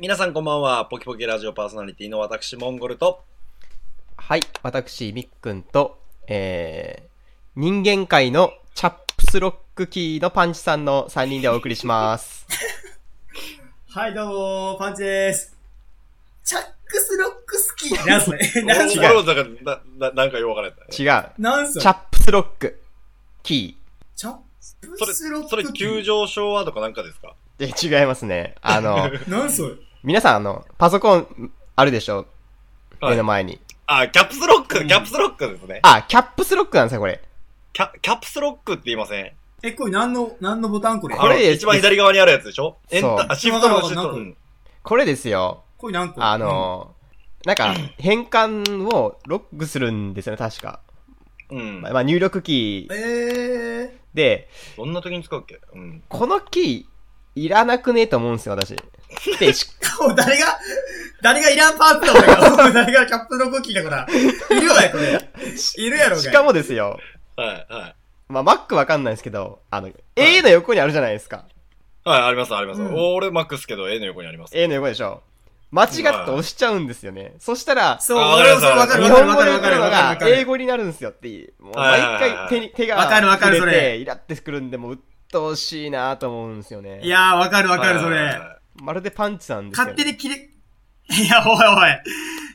皆さんこんばんは。ポキポキラジオパーソナリティの私、モンゴルと。はい、私、みっくんと、えー、人間界のチャップスロックキーのパンチさんの3人でお送りします。はい、どうもー、パンチです。チャックスロックスキー。なん すねなんすモねンゴルだから、な、ななんかよう分からない。違う。なんすチねャップスロックキチャッそプれ、スロックそれ、急上昇はとかなんかですかー。で、違いますね。あの、なんすね皆さん、あの、パソコンあるでしょはい目の前に。あ、キャプスロック、うんキャプスロックですね。あ、キャップスロックなんですよ、これ。キャ、キャプスロックって言いませんえ、これ何の、何のボタンこれあこのれです一番左側にあるやつでしょエンタそうー、あシフトわのかシるフわトかるうんこれですよ。これ何個あ、の、なんか、変換をロックするんですよね、確か。うんま。あ、入力キうんーえー、で、どんな時に使うっけうん。このキー、いらなくねえと思うんですよ、 私。で、しお誰が、誰がいらんパープだから、 誰がキャップのコキーだから、いるわよ、これ。いるやろがい、しかもですよ、はい、はい。まあ、Mac わかんないですけど、あの、A の横にあるじゃないですか。はい、あります、あります。うんお俺、マックスけど、A の横にあります。 A の横でしょ。間違って押しちゃうんですよね。そしたら、そう、あ俺もそれわわかかるる日わか本る語わかでる打わっかたるのわがかる。英語になるんですよっていう。もうはい毎はいはいはい回手に手がわかるわかる触れそれて、イラってくるんで、もう鬱陶しいなと思うんですよね。い、やー、わかるわかる、そはいはいれは。いまるでパンチさんですよ、ね。勝手に切れ、 いや、おいおい。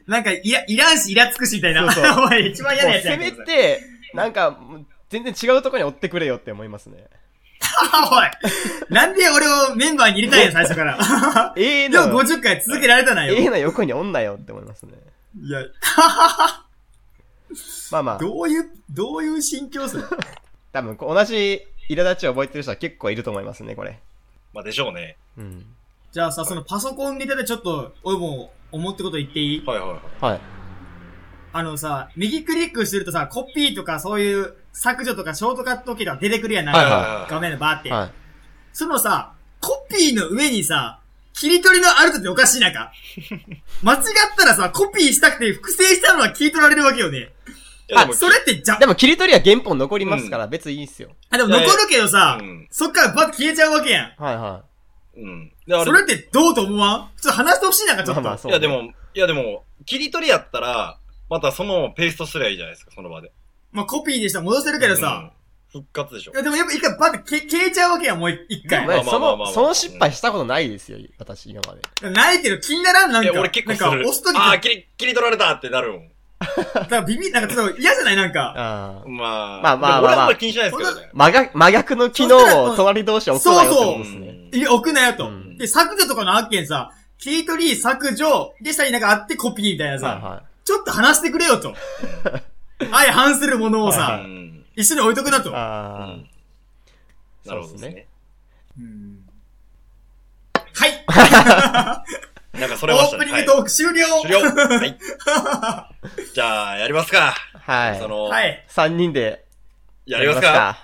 なんか、いら、いらんし、イラつくし、みたいな。そうそ おい、一番嫌なもうやつやせんめこれて、なんか、もう全然違うところに追ってくれよって思いますね。あおい。なんで俺をメンバーに入れたんや、最初から。 A でもの、 50回続けられたなよ。 A の横におんなよって思いますね。いや、まあまあ、どういう、どういう心境さ。多分こう同じ苛立ちを覚えてる人は結構いると思いますね、これ。まあ、でしょうね。うん。じゃあさ、そのパソコンネタでちょっと、俺も思ったこと言っていいはい、はい、はい。はい。あのさ、右クリックしてるとさ、コピーとかそういう削除とかショートカットキーとか出てくるやん、なんはいはいかは画面でバーって。はい。そのさ、コピーの上にさ、切り取りのあるとっておかしい なんか。間違ったらさ、コピーしたくて複製したのは切り取られるわけよね。いやであ、もそれってじゃで、も、切り取りは原本残りますから、別にいいっすよ。あ、でも残るけどさ、うんそっからバッと消えちゃうわけやん。はいはうん。で、あれそれってどうと思わんちょっと話してほしいなんかい。ちょまっあと。まあ、そう。いやで。も、いやでも、切り取りやったら、またそのままペーストすりゃいいじゃないですか、その場で。まあコピーでしたら戻せるけどさ。うん、復活でしょい。やでもやっぱ一回バッて消消えちゃうわけやん、もう一ま回。あまあまあそまあまあの、その失敗したことないですよ、私、今まで。ないけど気にならん、なんいや、か。俺結構する。なんか押すときああ、切り、切り取られたってなるもん。だからビビ、なんかちょっと嫌じゃないなんか。ああ。まあ、までもあまあまあまあ俺はあんまり気にしないですけどね。真逆、真逆の機能を隣同士置くなよってそこうとんですね。いや、置くなよと。うんで、削除とかの案件さ、切り取り、削除、で、下になんかあってコピーみたいなさ、はいはちょっと話してくれよと。相反するものをさ、はういん。一緒に置いとくなとい。。うあんなるほどですね。うんはいなんかそオれましーたね。プニンはグいトーク終了終了 はい。じゃあ、やりますか。あ。はそい。の、はい。。3人で。やりますか。。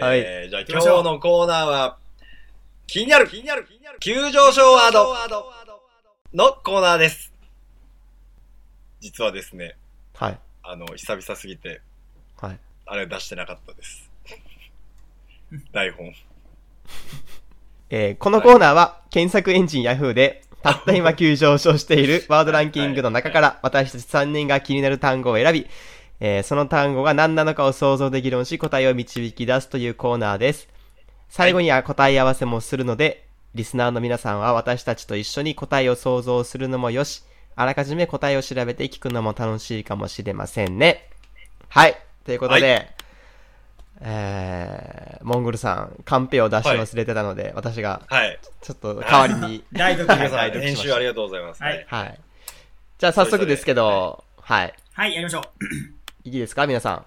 はいえーじゃあ今日のコーナーは、気になる、気になる、気になる、急上昇ワードのコーナーです。実はですね、はい。あの、久々すぎて、はい。あれ出してなかったです。台本。えーこのコーナーは検索エンジン Yahoo で、たった今急上昇しているワ ードランキングの中から、私たち3人が気になる単語を選び、えーその単語が何なのかを想像で議論し、答えを導き出すというコーナーです。最後には答え合わせもするので、リスナーの皆さんは私たちと一緒に答えを想像するのもよし、あらかじめ答えを調べて聞くのも楽しいかもしれませんね。はい。ということで、えー、モンゴルさん、カンペを出し忘れてたので、私がはい。ちょっと代わりに大皆はさん、はい編集ありがとうございます。はいはいはい。じゃあ早速ですけど、はい。い、やりましょう。いいですか皆さ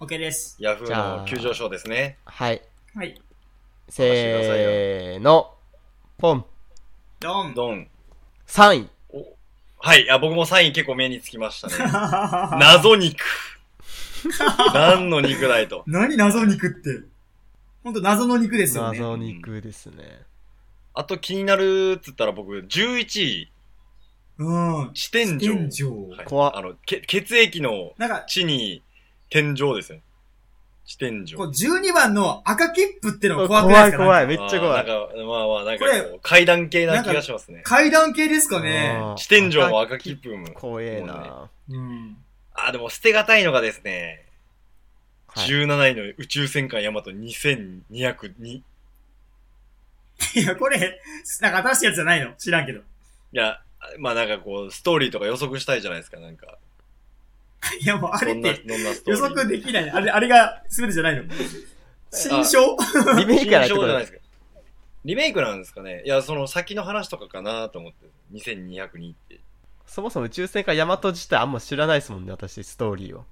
ん。 OK です。ヤフじーゃのあ急上昇ですね。はい。はい。せーの。ポン。ド ン。ドン。 3位。おはい。あ、僕もサイン結構目につきましたね。 謎肉。何の肉だいと。何謎肉って。ほんと謎の肉ですよね。謎肉ですね。あと気になるっつったら僕、11位、うん。地天井。天井。はい、怖っあの、け血液のなんか、地に天井ですよね。地点上。こう12番の赤切符ってのが怖くな怖いいですか怖い。い、めっちゃ怖あーい。なんか、まあまあ、なんかこれこう、階段系な気がしますね。階段系ですかね。あー地点上も赤切符も。怖えな、うん。あー、でも捨てがたいのがですね、はい17位の宇宙戦艦ヤマト2202。いいや、これ、なんか新しいやつじゃないの知らんけど。や、まあなんかこう、ストーリーとか予測したいじゃないですか、なんか。いや、もうあどれっんな、てどんなストー予リー。測できない。あれ、あれが全てじゃないの。新章リメイクやな新章いってこじゃとないですか。リメイクなんですかね。いや、その先の話とかかなと思って、2202って。そもそも宇宙船かヤマト自体あんま知らないですもんね、私、ストーリーを。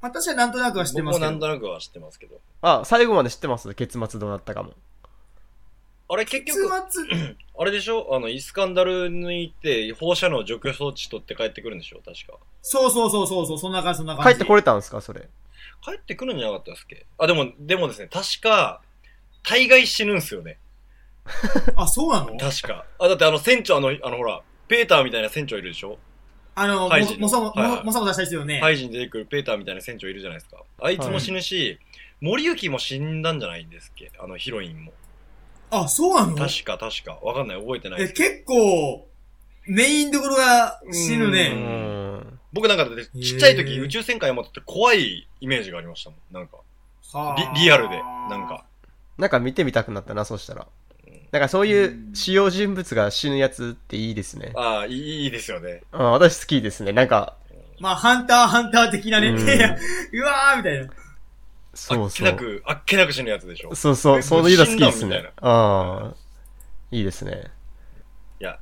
私はなんとなくは知って僕ますもなけんど。となくは知ってますけど。あ、最後まで知ってます結末どうなったかも。あれ結結局、末、あれでしょあの、イスカンダルに行って、放射能除去装置取って帰ってくるんでしょ確か。そうそうそうそうそう、そんな感じ、そんな感帰じ。ってこれたんですかそれ。帰ってくるんじゃなかったですっけあ、でも、でもですね、確か、大概死ぬんすよね。あ、そうなの確か。あ、だってあの船長、あの、あのほら、ペーターみたいな船長いるでしょあの、ハイジのも、もさも、はいはいももさもさした人よね。ハイジに出てくるペーターみたいな船長いるじゃないですか。あいつも死ぬし、森行も死んだんじゃないんですっけあのヒロインも。あ、そうなの確か確か。わかんない。覚えてないでえ、す。結構、メインどころが死ぬうーね。ん。僕なんかだってちっちゃいへ時ー宇宙戦艦ヤマトって怖いイメージがありましたもん。なんか。はあリリアルで。なんか。。なんか見てみたくなったな、そしたら。なんかそういう主要人物が死ぬやつっていいですね。ああ、いいいいですよね。あ私好きですね。なんか、まあ、ハンター、ハンター的なね。うんいや うわーみたいな。あそっうけそなう。く、あっけなく死ぬやつでしょ。そうそう、そういうの好きです死んだみたいねな。ああ。いいですね。いや。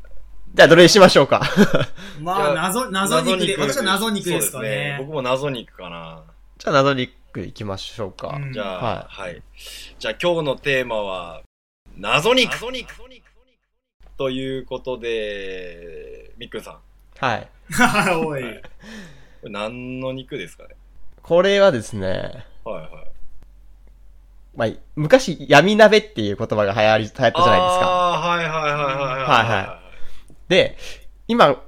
じゃあどれにしましょうか。 まあ、いや謎、謎肉で。謎私は謎肉ですかそうね。僕も謎肉かな。じゃあ謎リックいきましょうか。うんじゃあ、はい、じゃあ今日のテーマは、謎肉謎肉ということで、みっくんさん、こはい。 おい。れ何の肉ですかねこれはですね、はいはい。まあ、昔闇鍋っていう言葉が流行り、流行ったじゃないですか。ああ、はいはいはいはいはいはで、今、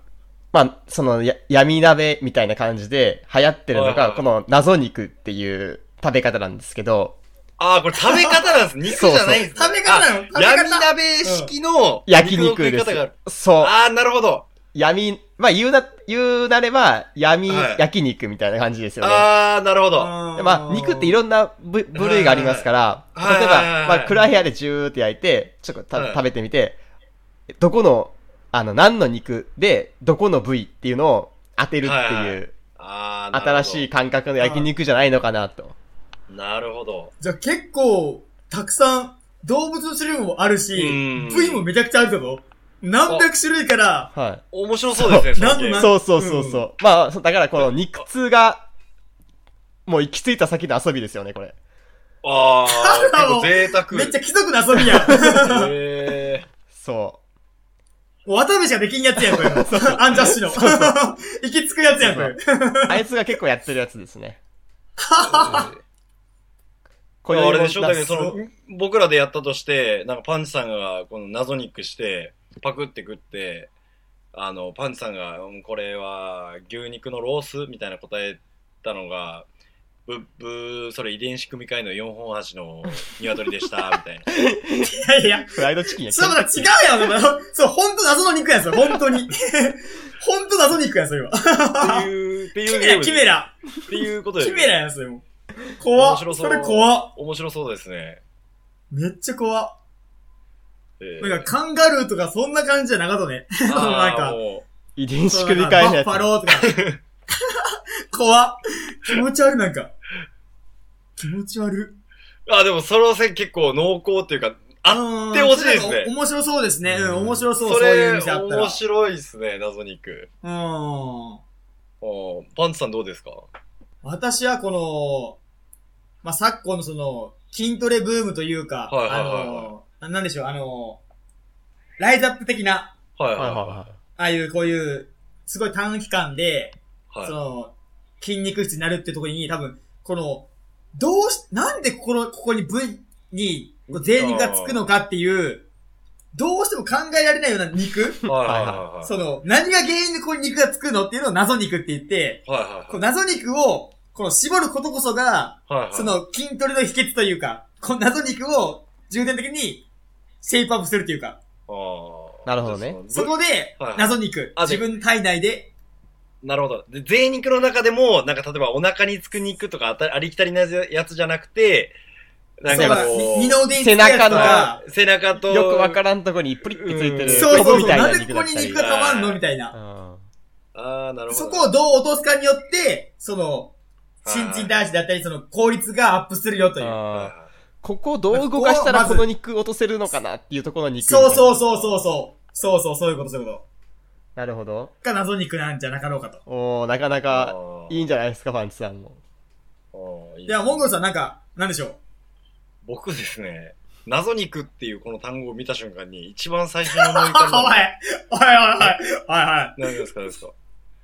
まあ、そのや、闇鍋みたいな感じで流行ってるのはいはが、いこの謎肉っていう食べ方なんですけど、ああ、これ食べ方 なんです。肉じゃないんです、食べ方なの食べあ闇方。鍋式の焼肉ですの食い方がある。。そう。ああ、なるほど。闇、まあ言うな、言うなれば、闇はい焼肉みたいな感じですよね。ああ、なるほど。はであまあ、肉っていろんな部部類がありますから、はい例えはいはいはいば、まあ、暗い部屋でジューって焼いて、ちょっとたはい食べてみて、どこの、あの、何の肉で、どこの部位っていうのを当てるってはいはいいはう、ああ、新しい感覚の焼肉じゃないのかなと。い。なるほど。じゃあ結構、たくさん、動物の種類もあるしうん、部位もめちゃくちゃあるけど、何百種類から、は面白そうですね、そうそのゲーい。ムなんそうそうそうそう。まあ、そうだからこの肉痛が、もう行き着いた先の遊びですよね、これ。ああ、結構贅沢。めっちゃ貴族の遊びや ん。へそ 渡部しかできんやつやん、これ。アンジャッシュの。 行き着くやつやん、これ。う。あいつが結構やってるやつです ね。ーこあれでしょだけど、なその、僕らでやったとして、なんかパンチさんが、この謎肉して、パクって食って、あの、パンチさんが、うんこれは、牛肉のロースみたいな答えたのが、ブッブー、それ遺伝子組み換えの4本足の鶏でした、みたいな。いやいや、フライドチキンやそれまた違うやん、これ。そう、ほんと謎の肉やん、それ。ほんとに。ほんと謎肉やん、それは。っていう、ってキいうメゲーラ、ム。キメ。ラ。っていうことで。キメラやん、それも。怖面っ。白そうそれ怖っ。面白そうですね。めっちゃ怖っ。えーなんか、 カンガルーとかそんな感じじゃなかったね。のなんかあーも遺伝子そう組み換なんかえのやつ。バッファローとか。 怖っ。気持ち悪い、なんか。気持ち悪い。うあ、でもその線結構濃厚っていうか、あ、あってほしいですね面白そうですね。うん、面白そう、そそういうれ、店あったら面。白いですね、謎肉。うん。おパンツさんどうですか私はこの、まあ、昨今のその、筋トレブームというか、はいはいはいはいあの、ななんでしょう、あの、ライズアップ的な、はいはいはいははああいうこういう、すごい短期間で、い。はいその、筋肉質になるってところに、多分、この、どうし、なんでここの、ここに部位に、こう贅肉がつくのかっていう、どうしても考えられないような肉はいはいはい。その、何が原因でここに肉がつくのっていうのを謎肉って言って、はいはいこうはい。謎肉を、この絞ることこそが、はいはい。その筋トレの秘訣というか、この謎肉を重点的にシェイプアップするというか、あーなるほどね。じゃそあのぶこではいはい謎肉、あで自分体内で、なるほど。で、贅肉の中でも、なんか例えばお腹につく肉とかあたありきたりなやつじゃなくて、なんそうかだこう、二の腕につくやつと背中かの、背中と、よくわからんとこにプリッてついてる。んそうロそボうみそう、たいなんな肉でこだっこにたり肉がたまんのみたいな。うんああ、なるほど。そこをどう落とすかによって、その、新陳代謝だったり、その効率がアップするよという。はいはいあーここをどう動かしたらこの肉落とせるのかなっていうところの肉。そうそうう。そうそうそう。そうそう、そういうこと、そういうこなるほど。と。が謎肉なんじゃなかろうかと。おー、なかなあかーいいんじゃないですか、パンチさんも。あーいいいですや、ねモンゴルさんなんか、なんでしょう。 僕ですね、謎肉っていうこの単語を見た瞬間に、一番最初に思い浮かん おだいのおいは。おいおいは何ですか何ですか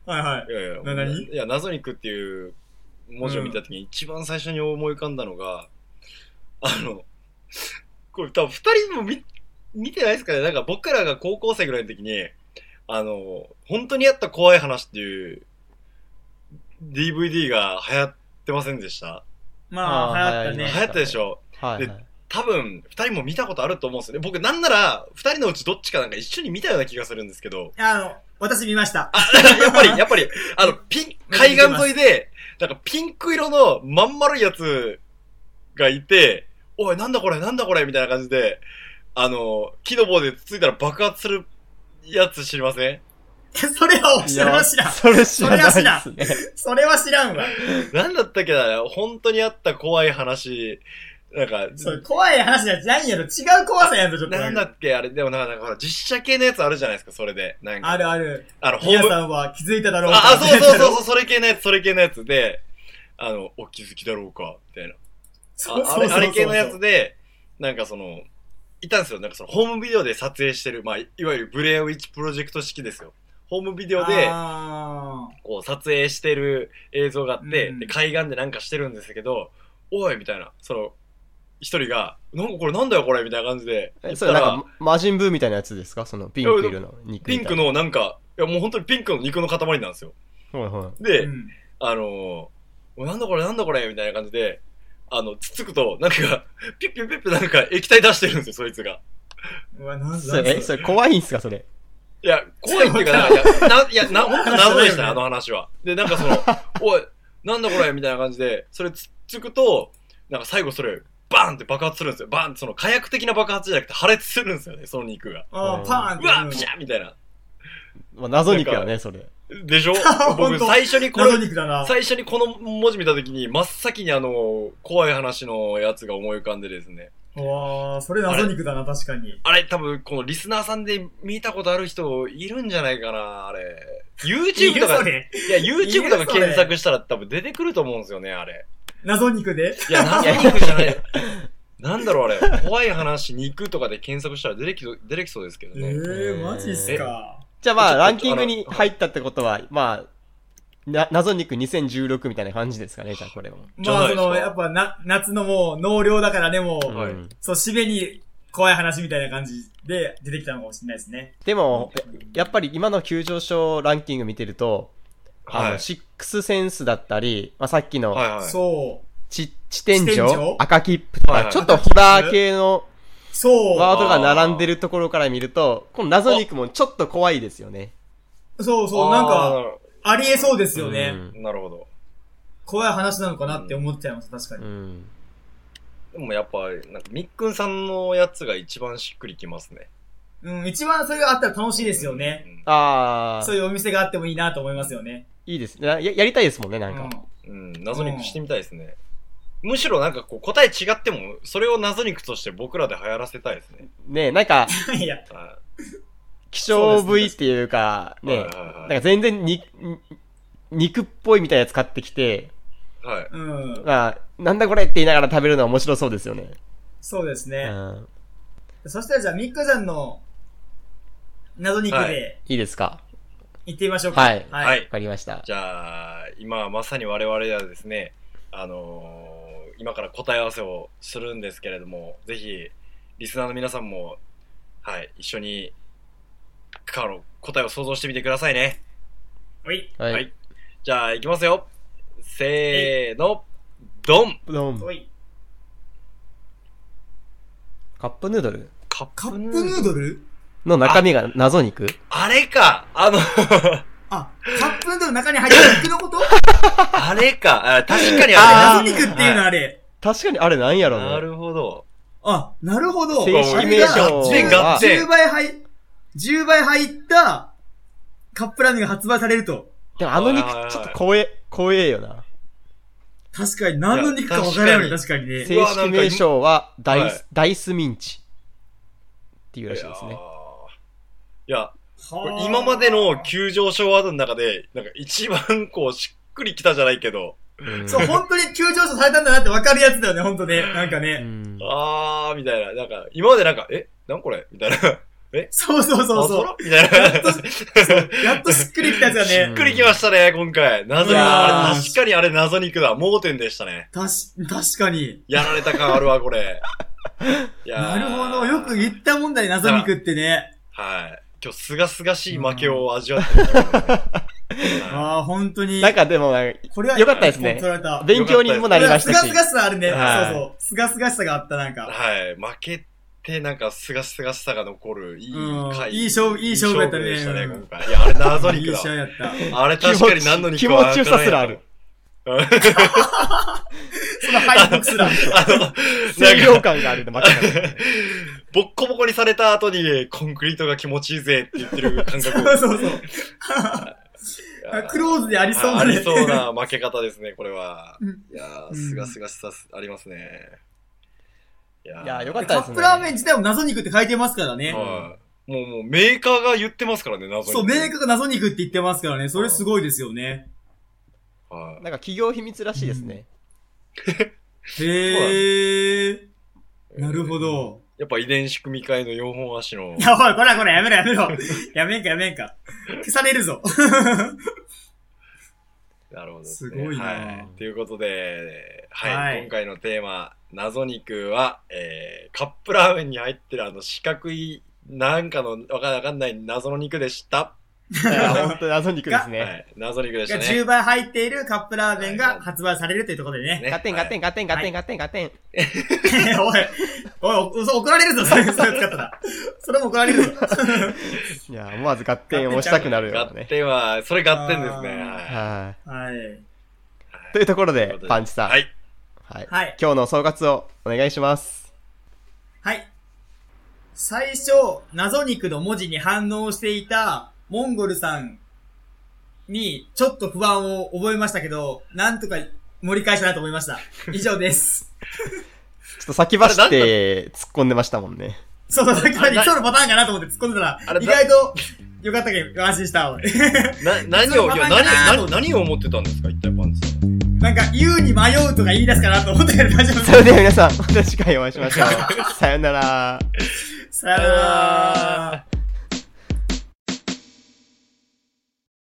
いはい。はいはいい。やいや、な何いや、謎肉っていう文字を見たときに一番最初に思い浮かんだのが、あの、これ多分二人も見、見てないですかねなんか僕らが高校生ぐらいの時に、あの、本当にあった怖い話っていう DVD が流行ってませんでしたまあ、流行った流ね行ったでしょはい、はい。多分、二人も見たことあると思うんですよね。僕、なんなら、二人のうちどっちかなんか一緒に見たような気がするんですけど。 ね。あの、私見ました。 やっぱり、やっぱり、あの、ピン、海岸沿いで、なんかピンク色のまん丸いやつがいて、おい、なんだこれ、なんだこれ、みたいな感じで、あの、木の棒でつついたら爆発するやつ知りませんそれは知らん、知らん。それ知らないそれでは知すね。それは知らんわ。なんだったっけな、本当にあった怖い話、なんか、それ怖い話じゃないんやろ。違う怖さやんと、ちょっと。なんだっけ、あれ、でもなんか、なんかほら実写系のやつあるじゃないですか、それで。なんか、あるある。あの、ホー皆ム、さんは気づいただろうかあ、あ、そうそうそうそう、それ系のやつ、それ系のやつで、あの、お気づきだろうか、みたいな。 そうああそうそうれそう。あれ系のやつで、なんかその、いたんですよ。なんかその、ホームビデオで撮影してる、まあ、いいわゆるブレアウィッチプロジェクト式ですよ。ホームビデオで、あこう、撮影してる映像があって、うんで、海岸でなんかしてるんですけど、おいみたいな、その、一人が、なんかこれなんだよこれみたいな感じで、言えっそたれらなんか、魔人ブーみたいなやつですかそのピンク色の肉みピたンいな。クのなんか、いやもう本当にピンクの肉の塊なんですよ。はいはで、ーうん。あのー、なんだこれなんだこれみたいな感じで、あの、つつくと、なんか、ピュッピュッピュッピュなんか液体出してるんですよ、そいつが。うわ、ない。んだそれ、え、それ怖いんすかそれ。いや、怖いっていうか、なんか、いや、ないや、な、ほんと謎でしたね、あの話は。で、なんかその、おい、なんだこれみたいな感じで、それつっつくと、なんか最後それ、バーンって爆発するんですよ。バーンって、その火薬的な爆発じゃなくて破裂するんですよね、その肉が。あーパーンっうて。わ、ピシャーみたいな。まあ、謎肉やね、それ。でしょ本僕、当最初にこれ謎、肉だな。最初にこの文字見たときに、真っ先にあの、怖い話のやつが思い浮かんでですね。うわー、それ謎肉だな、確かに。あれ、多分、このリスナーさんで見たことある人いるんじゃないかな、あれ。YouTube といるかそ、れいや、YouTube といるかそれ検索したら多分出てくると思うんですよね、あれ。謎肉で いや、謎肉じゃない。なんだろう、あれ。怖い話、肉とかで検索したら出てきそう、出てきそうですけどええね。ー、マジっすか。じゃあまちょあ、っとランキングに入ったってことは、まあ、な、謎肉2016みたいな感じですかね、じゃあこれも。じゃまないあ、でそすかの、やっぱな、夏のもう、納涼だからね、もう、はいうんそう、締めに怖い話みたいな感じで出てきたのかもしれないですね。でも、やっぱり今の急上昇ランキング見てると、あはの、い。シックスセンスだったり、まあ、さっきの、はいはい。そう。ち、地天井地天井赤切符とはいか、はいちょっとホラー系のそワードが並んでるところから見ると、この謎肉もちょっと怖いですよね。う。そうそう、なんか、ありえそうですでようね。あんー。なるほど。怖い話なのかなって思っちゃいます、確うかに。ん。でもやっぱ、なんか、みっくんさんのやつが一番しっくりきますね。うん、一番それがあったら楽しいですよね。うん。あそうー、いうお店があってもいいなと思いますよね。いいですね。ややりたいですもんね、なうんか。ん。うん、謎肉してみたいですね。むしろなんかこう答え違っても、それを謎肉として僕らで流行らせたいですね。ねなん か、いや、は希少部位っていうか、い。はいねはいなんはいか全然に、に肉っぽいみたいなやつ買ってきて、はい。うん。まあ、なんだこれって言いながら食べるのは面白そうですよね。そうですうね。ん。そしたらじゃあ、ミックさんの謎肉はでいいですか行ってみましょうか。はいははい。いわ。かりました。じゃあ、今まさに我々はですね、あのー今から答え合わせをするんですけれども、ぜひ、リスナーの皆さんも、はい、一緒に、かの答えを想像してみてくださいね。はい。はい。じゃあ、いきますよ。せーの、ドンドンおい。カップヌードルカッカップヌードルの中身が謎肉あれかあの、あ、カップヌードルの中に入ってる肉のことあれかあ確かにああ謎れ肉っていうのあれ。確かにあれなんやろなな。るほど。あ、なるほど。正式あれが名称10は10倍入、10倍入ったカップラーメンが発売されると。でもあの肉はいはいはいちょっと怖え、怖えよな。確かに何の肉か分からないいやよ確かにね。正式名称はダイはいス、ダイスミンチ。っていうらしいですいやね。ーいや、こはれあ今までの急上昇ワードの中で、なんか一番こうしっくりきたじゃないけど、うんそう、本当に急上昇されたんだなって分かるやつだよね、本当ね。なんかうね。んあー、みたいな。なんか、今までなんか、えなんこれみたいな。そうそうそうそう。う。みたいな。やっとやっとしっくりきたやつだしっね。くりきましたね、今回。謎い肉。やーあれ確かにあれ謎肉だ。盲点でしたね。たし、確かに。やられた感あるわ、これ。いやなーるほど。よく言ったもんだね、謎肉ってね。はい。今日、すがすがしい負けを味わってると思いますねはああ、本当にな。んかでも、なんかこれは、よかったですね取られた。勉強にもなりましたすがしす。がしさあるね。はいそうそう。すがすがしさがあった、なんいか。はい。負けて、なんか、すがすがしさが残る、いいうん回。いい勝負いい勝負やったいねい勝負でしたね、今回。いや、あれ謎い肉い試だ。合やった。あれ確かに何の肉気持ちよさすらある。わからんやその敗北すら。ろあの、清涼感があるで負けた から。ボッコボコにされた後に、コンクリートが気持ちいいぜって言ってる感覚 そをうそうそう。クローズでありそうあなりね。そうな負け方ですね、これはうん。いやうー、んすがすがしさすありますね。いやいやーよかっカたですねップラーメン自体も謎肉って書いてますからね。はい。もう、もう、メーカーが言ってますからね、謎に。そう、メーカーが謎肉って言ってますからね。それすごいですよね。はいなんか企業秘密らしいですね。へー。なるほ。ど。やっぱ遺伝子組み換えの4本足のい。や、おい、こらこら、やめろやめろ。 やめんかやめんか。消されるぞ。なるほどですすね。ごいなはい。ということで、ははいい。今回のテーマ、謎肉は、えー、カップラーメンに入ってるあの四角い、なんかの、わかんわかんない謎の肉でした。いや本当に謎肉ですはね。い。謎肉でしたがね。 10倍入っているカップラーメンが発売されるというところでね。ねガテンガテンガテンガテンガテンガテン。 おい、おい、おそう怒られるぞ、それ、それ使ったら。それも怒られるぞ。いや、思わずガッテンを押したくなるよ合うなね。点は、それ合点ですね。ははい。はい。というところというでこと、でパンチさん。い。はい。はいはい今日の総括をお願いします。はい。最初、謎肉の文字に反応していた、モンゴルさんに、ちょっと不安を覚えましたけど、なんとか盛り返したなと思いました。以 上です。ちょっと先走って突っ込んでましたもんね。そう、さっきあれな今日のパターンかなと思って突っ込んでたらあ、れ意な外と、よかったけど、安心した、俺。な、何を、そいのまやま何、だな何、何を思ってたんですか一体パンツさん。なんか、言うに迷うとか言い出すかなと思った けど大丈夫それでは皆さん、また次回お会いしましょう。さよなら。さよなら